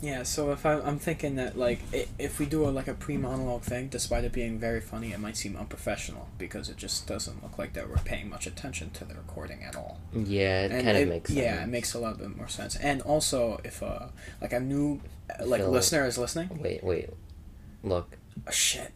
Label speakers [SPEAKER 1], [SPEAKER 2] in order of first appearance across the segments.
[SPEAKER 1] Yeah, so if I, I'm thinking that like i- if we do a, like a pre monologue thing, despite it being very funny, it might seem unprofessional because it just doesn't look like that we're paying much attention to the recording at all.
[SPEAKER 2] Yeah, it
[SPEAKER 1] And
[SPEAKER 2] kind of makes sense.
[SPEAKER 1] yeah, it makes a lot bit more sense. And also, if uh like a new uh, like
[SPEAKER 2] Feel it.
[SPEAKER 1] listener is listening,
[SPEAKER 2] Wait, wait. Look.
[SPEAKER 1] oh, shit.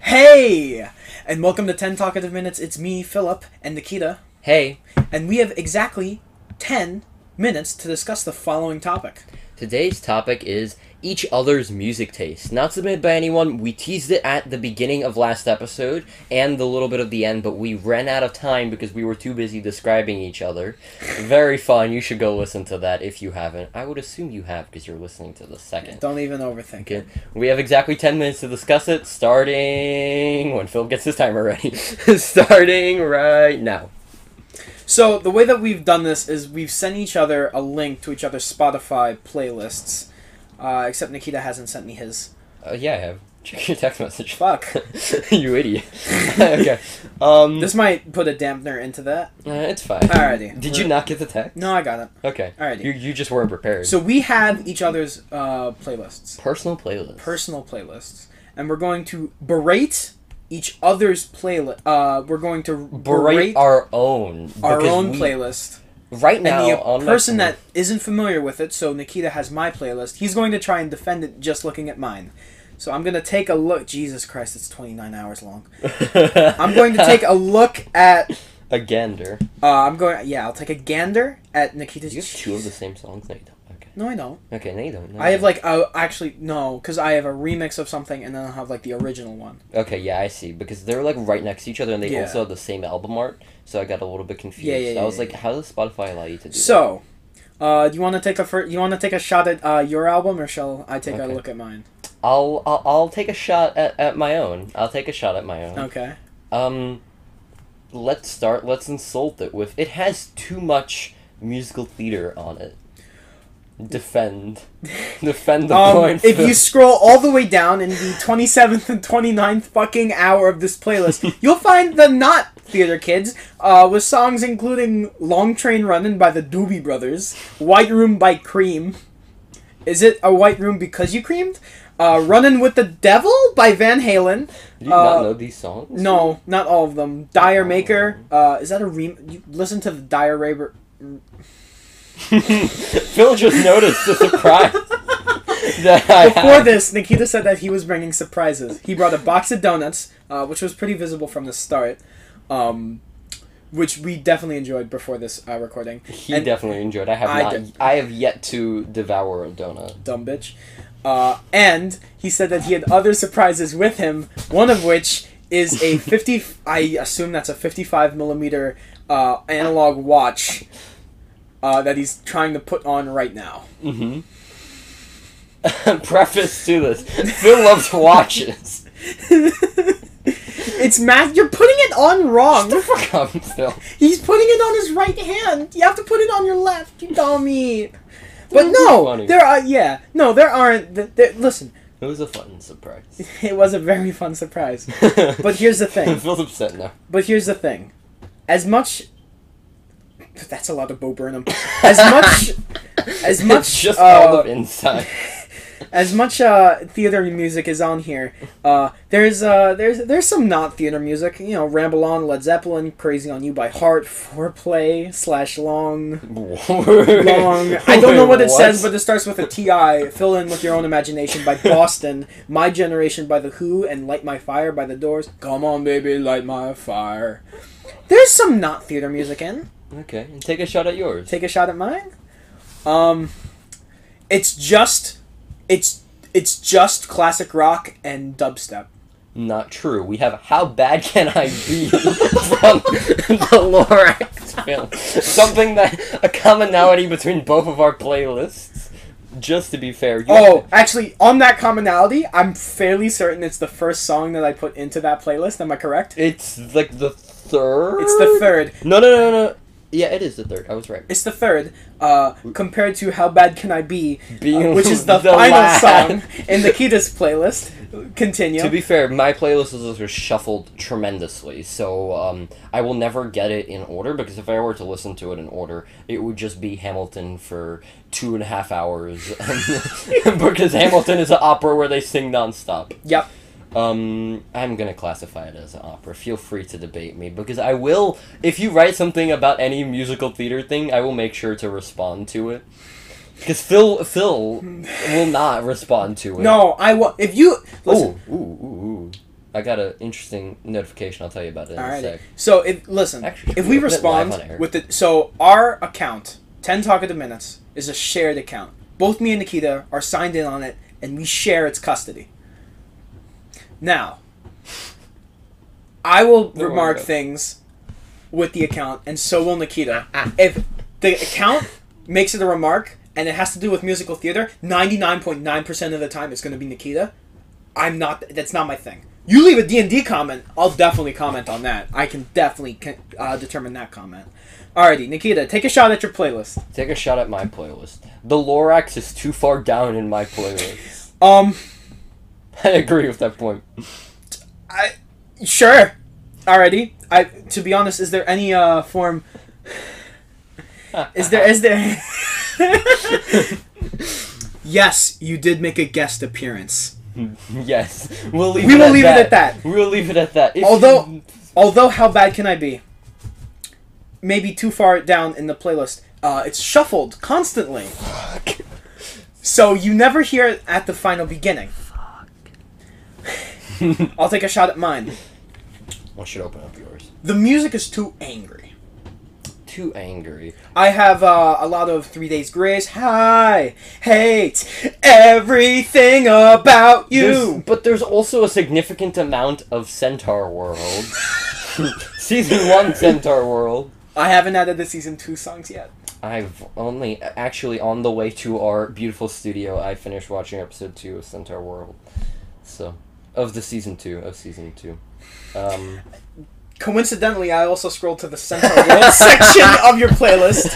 [SPEAKER 1] Hey, and welcome to Ten Talkative Minutes. It's me, Philip, and Nikita,
[SPEAKER 2] Hey,
[SPEAKER 1] and we have exactly ten minutes to discuss the following topic.
[SPEAKER 2] today's topic is each other's music taste. Not submitted by anyone. We teased it at the beginning of last episode and the little bit of the end, but we ran out of time because we were too busy describing each other. Very fun. You should go listen to that if you haven't. I would assume you have because you're listening to the second.
[SPEAKER 1] Don't even overthink it.
[SPEAKER 2] Okay. We have exactly 10 minutes to discuss it, starting when Phil gets his timer ready. starting right now.
[SPEAKER 1] So the way that we've done this is we've sent each other a link to each other's Spotify playlists. Uh, except Nikita hasn't sent me his.
[SPEAKER 2] Uh, yeah, I have. Check your text message.
[SPEAKER 1] Fuck.
[SPEAKER 2] you idiot. okay. Um,
[SPEAKER 1] This might put a dampener into that.
[SPEAKER 2] uh, it's fine.
[SPEAKER 1] Alrighty.
[SPEAKER 2] Did you not get the text?
[SPEAKER 1] No, I got it.
[SPEAKER 2] Okay.
[SPEAKER 1] Alrighty.
[SPEAKER 2] You, you just weren't prepared.
[SPEAKER 1] So we have each other's uh, playlists,
[SPEAKER 2] personal playlist.
[SPEAKER 1] personal playlists, and we're going to berate each other's playlist. Uh, we're going to berate,
[SPEAKER 2] Berate our own.
[SPEAKER 1] our
[SPEAKER 2] because
[SPEAKER 1] own
[SPEAKER 2] we-
[SPEAKER 1] playlist.
[SPEAKER 2] Right now,
[SPEAKER 1] and the
[SPEAKER 2] on my
[SPEAKER 1] person
[SPEAKER 2] phone-
[SPEAKER 1] that isn't familiar with it, so Nikita has my playlist. He's going to try and defend it just looking at mine. So I'm going to take a look. Jesus Christ, it's 29 hours long. I'm going to take a look at.
[SPEAKER 2] a gander.
[SPEAKER 1] Uh, I'm going. Yeah, I'll take a gander at Nikita's.
[SPEAKER 2] You have two of the same songs. No, you don't. Okay.
[SPEAKER 1] No, I don't.
[SPEAKER 2] Okay. No, you don't. No,
[SPEAKER 1] I
[SPEAKER 2] you
[SPEAKER 1] have like. Uh, actually, no, because I have a remix of something, and then I'll have like the original one.
[SPEAKER 2] Okay, yeah, I see. Because they're like right next to each other, and they
[SPEAKER 1] Yeah.
[SPEAKER 2] also have the same album art. So I got a little bit confused.
[SPEAKER 1] Yeah, yeah,
[SPEAKER 2] I was
[SPEAKER 1] yeah,
[SPEAKER 2] like, how does Spotify allow you to do?
[SPEAKER 1] So, uh, do you want to take a fir- you want to take a shot at uh, your album, or shall I take
[SPEAKER 2] Okay.
[SPEAKER 1] a look at mine?
[SPEAKER 2] that? I'll, I'll I'll take a shot at, at my own. I'll take a shot at my own.
[SPEAKER 1] Okay.
[SPEAKER 2] Um, let's start. Let's insult it with. It has too much musical theater on it. Defend, defend the
[SPEAKER 1] Um,
[SPEAKER 2] point.
[SPEAKER 1] if you scroll all the way down in the 27th and 29th fucking hour of this playlist, you'll find the not theater kids uh, with songs including Long Train Runnin' by the Doobie Brothers, White Room by Cream. Is it a white room because you creamed? Uh, Runnin' with the Devil by Van Halen.
[SPEAKER 2] Do you not
[SPEAKER 1] uh,
[SPEAKER 2] know these songs?
[SPEAKER 1] No, not all of them. Dire Maker. Uh, is that a re? You listen to the Dire Raver.
[SPEAKER 2] Phil just noticed the surprise that I
[SPEAKER 1] Before
[SPEAKER 2] had.
[SPEAKER 1] this, Nikita said that he was bringing surprises. He brought a box of donuts, uh, which was pretty visible from the start, um, which we definitely enjoyed before this uh, recording.
[SPEAKER 2] He
[SPEAKER 1] and-
[SPEAKER 2] definitely enjoyed. I have
[SPEAKER 1] I
[SPEAKER 2] not.
[SPEAKER 1] did.
[SPEAKER 2] I have yet to devour a donut.
[SPEAKER 1] Dumb bitch. Uh, and he said that he had other surprises with him, one of which is a 50, I assume that's a 55 millimeter uh, analog watch uh, that he's trying to put on right now.
[SPEAKER 2] Mm-hmm. Preface to this: Phil loves watches.
[SPEAKER 1] it's math. You're putting it on wrong.
[SPEAKER 2] Fuck up, Phil.
[SPEAKER 1] He's putting it on his right hand. You have to put it on your left, you dummy. But no,
[SPEAKER 2] funny.
[SPEAKER 1] there are yeah, no, there aren't. th there, listen,
[SPEAKER 2] It was a fun surprise.
[SPEAKER 1] it was a very fun surprise.
[SPEAKER 2] but
[SPEAKER 1] here's the thing.
[SPEAKER 2] Phil's upset now.
[SPEAKER 1] But here's the thing, as much that's a lot of Bo Burnham. As much as much
[SPEAKER 2] It's just
[SPEAKER 1] uh,
[SPEAKER 2] all of inside.
[SPEAKER 1] as much uh, theater music is on here, uh, there's uh, there's there's some not theater music. You know, Ramble On, Led Zeppelin, Crazy on You by Heart, Foreplay slash Long. long. I don't know what it says, but it starts with a TI. Fill in with your own imagination by Boston, My Generation by The Who, and Light My Fire by The Doors. Come on, baby, light my fire. There's some not theater music in.
[SPEAKER 2] okay, and take a shot at yours.
[SPEAKER 1] Take a shot at mine. Um, it's just, it's it's just classic rock and dubstep.
[SPEAKER 2] Not true. We have how bad can I be from the Lorax film. Something that a commonality between both of our playlists. Just to be fair, you
[SPEAKER 1] Oh, actually, on that commonality, I'm fairly certain it's the first song that I put into that playlist. Am I correct?
[SPEAKER 2] it's like the third.
[SPEAKER 1] It's the third.
[SPEAKER 2] No, no, no, no. Yeah, it is the third. I was right.
[SPEAKER 1] It's the third, uh, compared to How Bad Can I Be,
[SPEAKER 2] Being
[SPEAKER 1] uh, which is the, final
[SPEAKER 2] last.
[SPEAKER 1] song in the Kitas playlist. Continue.
[SPEAKER 2] To be fair, my playlist is also shuffled tremendously, so um, I will never get it in order because if I were to listen to it in order, it would just be Hamilton for two and a half hours because Hamilton is an opera where they sing nonstop.
[SPEAKER 1] yep.
[SPEAKER 2] Um, I'm gonna classify it as an opera. Feel free to debate me because I will. If you write something about any musical theater thing, I will make sure to respond to it. Because Phil Phil will not respond to it.
[SPEAKER 1] No, I wa- if you listen.
[SPEAKER 2] Ooh, ooh, ooh, ooh. I got an interesting notification. I'll tell you about it in a
[SPEAKER 1] Alrighty.
[SPEAKER 2] sec.
[SPEAKER 1] So if listen,
[SPEAKER 2] Actually,
[SPEAKER 1] if we
[SPEAKER 2] we'll put it live
[SPEAKER 1] respond
[SPEAKER 2] on air.
[SPEAKER 1] with the so our account, ten talkative minutes, is a shared account. Both me and Nikita are signed in on it, and we share its custody. Now, I will
[SPEAKER 2] worry
[SPEAKER 1] remark
[SPEAKER 2] about it.
[SPEAKER 1] things with the account, and so will Nikita. if the account makes it a remark and it has to do with musical theater, ninety nine point nine percent of the time it's going to be Nikita. I'm not. That's not my thing. You leave a D and D comment, I'll definitely comment on that. I can definitely can, uh, determine that comment. Alrighty, Nikita, take a shot at your playlist.
[SPEAKER 2] Take a shot at my playlist. The Lorax is too far down in my playlist.
[SPEAKER 1] Um,
[SPEAKER 2] I agree with that point.
[SPEAKER 1] I sure. Alrighty, I to be honest, is there any uh form? Is there is there? yes, you did make a guest appearance.
[SPEAKER 2] yes, we'll leave.
[SPEAKER 1] We
[SPEAKER 2] it
[SPEAKER 1] will
[SPEAKER 2] at
[SPEAKER 1] leave it at
[SPEAKER 2] that.
[SPEAKER 1] that.
[SPEAKER 2] We'll leave it at that. If
[SPEAKER 1] Although-
[SPEAKER 2] you-
[SPEAKER 1] Although, how bad can I be? Maybe too far down in the playlist. Uh, it's shuffled constantly.
[SPEAKER 2] Fuck.
[SPEAKER 1] So you never hear it at the final beginning. I'll take a shot at mine.
[SPEAKER 2] I should open up yours.
[SPEAKER 1] The music is too angry.
[SPEAKER 2] Too angry.
[SPEAKER 1] I have uh, a lot of Three Days Grace. Hi, hate everything about
[SPEAKER 2] There's-
[SPEAKER 1] you.
[SPEAKER 2] but there's also a significant amount of Centaur World. Season one Centaur World.
[SPEAKER 1] I haven't added the season two songs yet.
[SPEAKER 2] I've only actually on the way to our beautiful studio. I finished watching episode two of Centaur World, so of the season two of season two. Um,
[SPEAKER 1] Coincidentally, I also scrolled to the center world section of your playlist.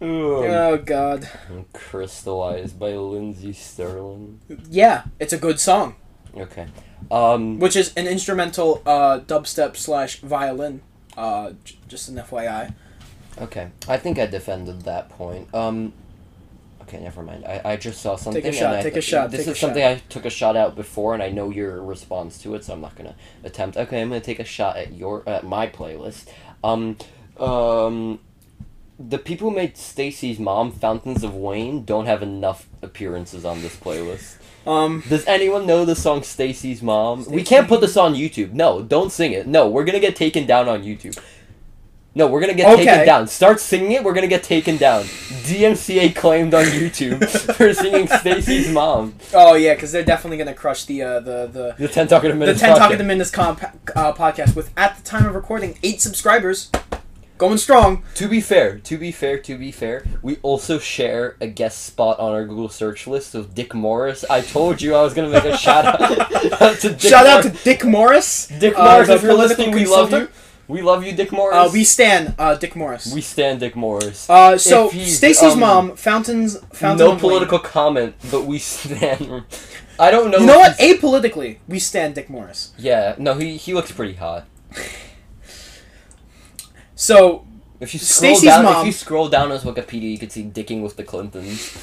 [SPEAKER 1] Oh God.
[SPEAKER 2] crystallized by Lindsay Sterling.
[SPEAKER 1] Yeah, it's a good song,
[SPEAKER 2] Okay. Um,
[SPEAKER 1] which is an instrumental uh, dubstep slash violin. Uh, j- just an FYI.
[SPEAKER 2] okay. I think I defended that point. Um, okay, never mind. I, I just saw something.
[SPEAKER 1] shot,
[SPEAKER 2] And I
[SPEAKER 1] take a
[SPEAKER 2] th-
[SPEAKER 1] shot,
[SPEAKER 2] This
[SPEAKER 1] take a
[SPEAKER 2] is something I took a shot at before, and I know your response to it, so I'm not gonna attempt. Okay, I'm gonna take a shot at your at my playlist. Um, um, the people who made Stacy's mom Fountains of Wayne don't have enough appearances on this playlist.
[SPEAKER 1] Um,
[SPEAKER 2] Does anyone know the song Stacy's Mom? We
[SPEAKER 1] Stacey's
[SPEAKER 2] can't put this on YouTube. No, don't sing it. No, we're gonna get taken down on YouTube. No, we're gonna get
[SPEAKER 1] Okay.
[SPEAKER 2] taken down. Start singing it, we're gonna get taken down. DMCA claimed on YouTube for singing Stacy's Mom.
[SPEAKER 1] oh yeah, because they're definitely gonna crush the uh, the the
[SPEAKER 2] The 10 Talking to
[SPEAKER 1] the
[SPEAKER 2] Minutes.
[SPEAKER 1] Ten Talk of the Minutes comp- uh, podcast with at the time of recording eight subscribers, going strong.
[SPEAKER 2] To be fair, to be fair, to be fair, we also share a guest spot on our Google search list with Dick Morris. I told you I was gonna make a shout out to Dick
[SPEAKER 1] Shout out
[SPEAKER 2] Mor-
[SPEAKER 1] to Dick Morris.
[SPEAKER 2] Dick
[SPEAKER 1] uh,
[SPEAKER 2] Morris.
[SPEAKER 1] the
[SPEAKER 2] if you're
[SPEAKER 1] political
[SPEAKER 2] listening, we love you.
[SPEAKER 1] consultant.
[SPEAKER 2] We love you, Dick Morris.
[SPEAKER 1] Uh, we stand uh, Dick Morris.
[SPEAKER 2] We stand Dick Morris.
[SPEAKER 1] uh, so
[SPEAKER 2] if he's,
[SPEAKER 1] Stacy's
[SPEAKER 2] um,
[SPEAKER 1] mom, Fountains, Fountains.
[SPEAKER 2] no political comment, but we stand. I don't know.
[SPEAKER 1] You know
[SPEAKER 2] if
[SPEAKER 1] what?
[SPEAKER 2] he's-
[SPEAKER 1] Apolitically, we stand Dick Morris.
[SPEAKER 2] Yeah, no, he he looks pretty hot.
[SPEAKER 1] So
[SPEAKER 2] If you scroll
[SPEAKER 1] Stacey's
[SPEAKER 2] down,
[SPEAKER 1] mom-
[SPEAKER 2] if you scroll down his Wikipedia, you can see dicking with the Clintons.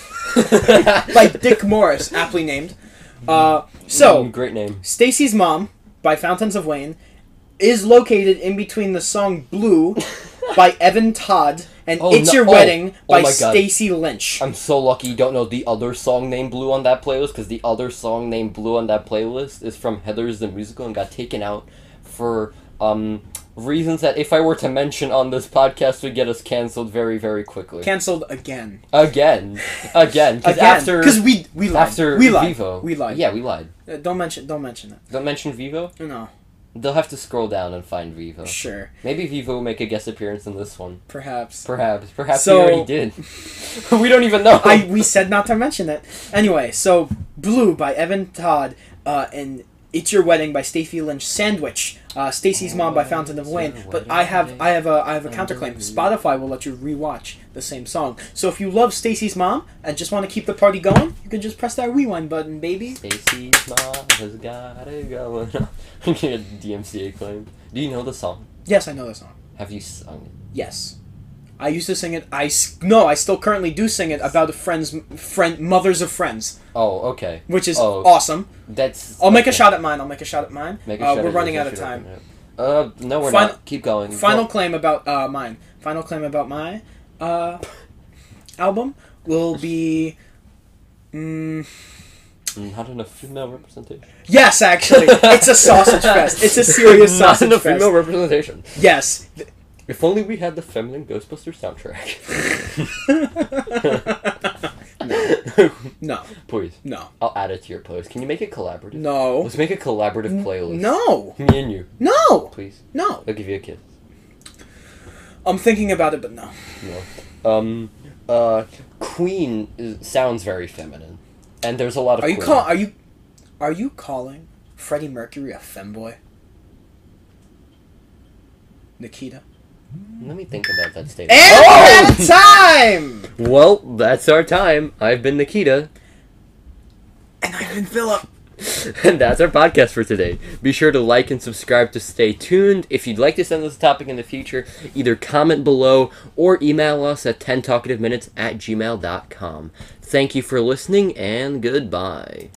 [SPEAKER 1] like Dick Morris, aptly named. Uh,
[SPEAKER 2] Mm,
[SPEAKER 1] so,
[SPEAKER 2] great name.
[SPEAKER 1] Stacy's Mom by Fountains of Wayne is located in between the song Blue by Evan Todd and
[SPEAKER 2] Oh,
[SPEAKER 1] It's
[SPEAKER 2] no-
[SPEAKER 1] Your
[SPEAKER 2] oh,
[SPEAKER 1] Wedding
[SPEAKER 2] oh
[SPEAKER 1] by
[SPEAKER 2] my God.
[SPEAKER 1] Stacy Lynch.
[SPEAKER 2] I'm so lucky you don't know the other song named Blue on that playlist because the other song named Blue on that playlist is from Heather's the Musical and got taken out for um reasons that if I were to mention on this podcast would get us canceled very very quickly.
[SPEAKER 1] Cancelled again.
[SPEAKER 2] again, again, because
[SPEAKER 1] Again.
[SPEAKER 2] after
[SPEAKER 1] we, we lied.
[SPEAKER 2] after
[SPEAKER 1] we lied.
[SPEAKER 2] Vivo,
[SPEAKER 1] We lied.
[SPEAKER 2] Yeah, we lied.
[SPEAKER 1] Uh, Don't mention, don't mention it.
[SPEAKER 2] Don't mention Vivo.
[SPEAKER 1] No.
[SPEAKER 2] They'll have to scroll down and find Vivo.
[SPEAKER 1] Sure.
[SPEAKER 2] Maybe Vivo will make a guest appearance in this one.
[SPEAKER 1] Perhaps.
[SPEAKER 2] Perhaps. Perhaps
[SPEAKER 1] So-
[SPEAKER 2] he already did. we don't even know.
[SPEAKER 1] I we said not to mention it. Anyway, so Blue by Evan Todd uh, and It's Your Wedding by Stacey Lynch sandwich uh, Stacy's Mom by Fountain of Wayne. But I have I have a I have a counterclaim. Spotify will let you rewatch the same song. So if you love Stacy's Mom and just want to keep the party going, you can just press that rewind button, baby.
[SPEAKER 2] Stacy's mom has got it going on. DMCA claim. Do you know the song?
[SPEAKER 1] Yes, I know the song.
[SPEAKER 2] Have you sung it?
[SPEAKER 1] Yes. I used to sing it. I s- no, I still currently do sing it about a friends, friend, mothers of friends,
[SPEAKER 2] Oh, okay.
[SPEAKER 1] which is
[SPEAKER 2] Oh.
[SPEAKER 1] awesome.
[SPEAKER 2] That's.
[SPEAKER 1] I'll make a
[SPEAKER 2] okay.
[SPEAKER 1] shot at mine. I'll make a shot at mine.
[SPEAKER 2] Make a
[SPEAKER 1] Uh,
[SPEAKER 2] shot
[SPEAKER 1] we're
[SPEAKER 2] at
[SPEAKER 1] running
[SPEAKER 2] it,
[SPEAKER 1] out of
[SPEAKER 2] you should
[SPEAKER 1] time.
[SPEAKER 2] open it. Uh, no, we're
[SPEAKER 1] Final-
[SPEAKER 2] not. Keep going.
[SPEAKER 1] Final claim about uh, mine. Final claim about my uh, album will be. Mm,
[SPEAKER 2] Mm, Not enough female representation.
[SPEAKER 1] yes, actually, it's a sausage fest. It's a serious
[SPEAKER 2] Not
[SPEAKER 1] sausage
[SPEAKER 2] enough
[SPEAKER 1] fest.
[SPEAKER 2] female representation.
[SPEAKER 1] Yes.
[SPEAKER 2] If only we had the feminine Ghostbusters soundtrack.
[SPEAKER 1] No.
[SPEAKER 2] Please,
[SPEAKER 1] No.
[SPEAKER 2] I'll add it to your playlist. Can you make it collaborative?
[SPEAKER 1] No.
[SPEAKER 2] Let's make a collaborative playlist.
[SPEAKER 1] No.
[SPEAKER 2] Me and you,
[SPEAKER 1] No.
[SPEAKER 2] please.
[SPEAKER 1] No.
[SPEAKER 2] I'll give you a kiss.
[SPEAKER 1] I'm thinking about it, but no.
[SPEAKER 2] Um, uh, Queen is, sounds very feminine, and there's a lot of.
[SPEAKER 1] Are you
[SPEAKER 2] Queen.
[SPEAKER 1] call? Are you? Are you calling Freddie Mercury a femboy? Nikita.
[SPEAKER 2] Let me think about that statement.
[SPEAKER 1] And we're out of time.
[SPEAKER 2] Well, that's our time. I've been Nikita.
[SPEAKER 1] And I've been Philip.
[SPEAKER 2] And that's our podcast for today. Be sure to like and subscribe to stay tuned. If you'd like to send us a topic in the future, either comment below or email us at 10talkativeminutes at gmail.com. Thank you for listening and goodbye.